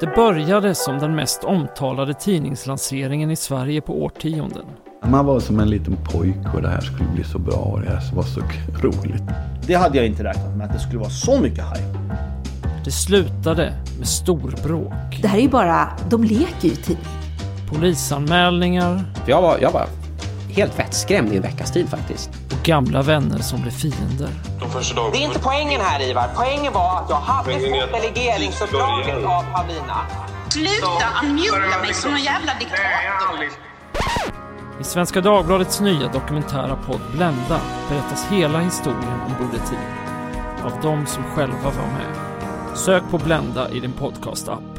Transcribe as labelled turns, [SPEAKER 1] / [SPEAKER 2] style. [SPEAKER 1] Det började som den mest omtalade tidningslanseringen i Sverige på årtionden.
[SPEAKER 2] Man var som en liten pojk och det här skulle bli så bra och det här var så roligt.
[SPEAKER 3] Det hade jag inte räknat med, att det skulle vara så mycket hype.
[SPEAKER 1] Det slutade med storbråk,
[SPEAKER 4] Det här är ju bara, de leker ju tid.
[SPEAKER 1] polisanmälningar
[SPEAKER 5] För jag var, jag var helt vettskrämd i en veckas tid faktiskt.
[SPEAKER 1] och gamla vänner som blev fiender.
[SPEAKER 6] De första dagarna...
[SPEAKER 7] Det är inte poängen här Ivar. Poängen var att jag hade
[SPEAKER 6] Poängen är att
[SPEAKER 7] fått delegeringsuppdraget
[SPEAKER 6] börja.
[SPEAKER 7] av Paulina.
[SPEAKER 8] Sluta unmuta mig som någon jävla diktator.
[SPEAKER 1] I Svenska Dagbladets nya dokumentära podd Blända berättas hela historien om Bulletin av de som själva var med. Sök på Blända i din podcastapp.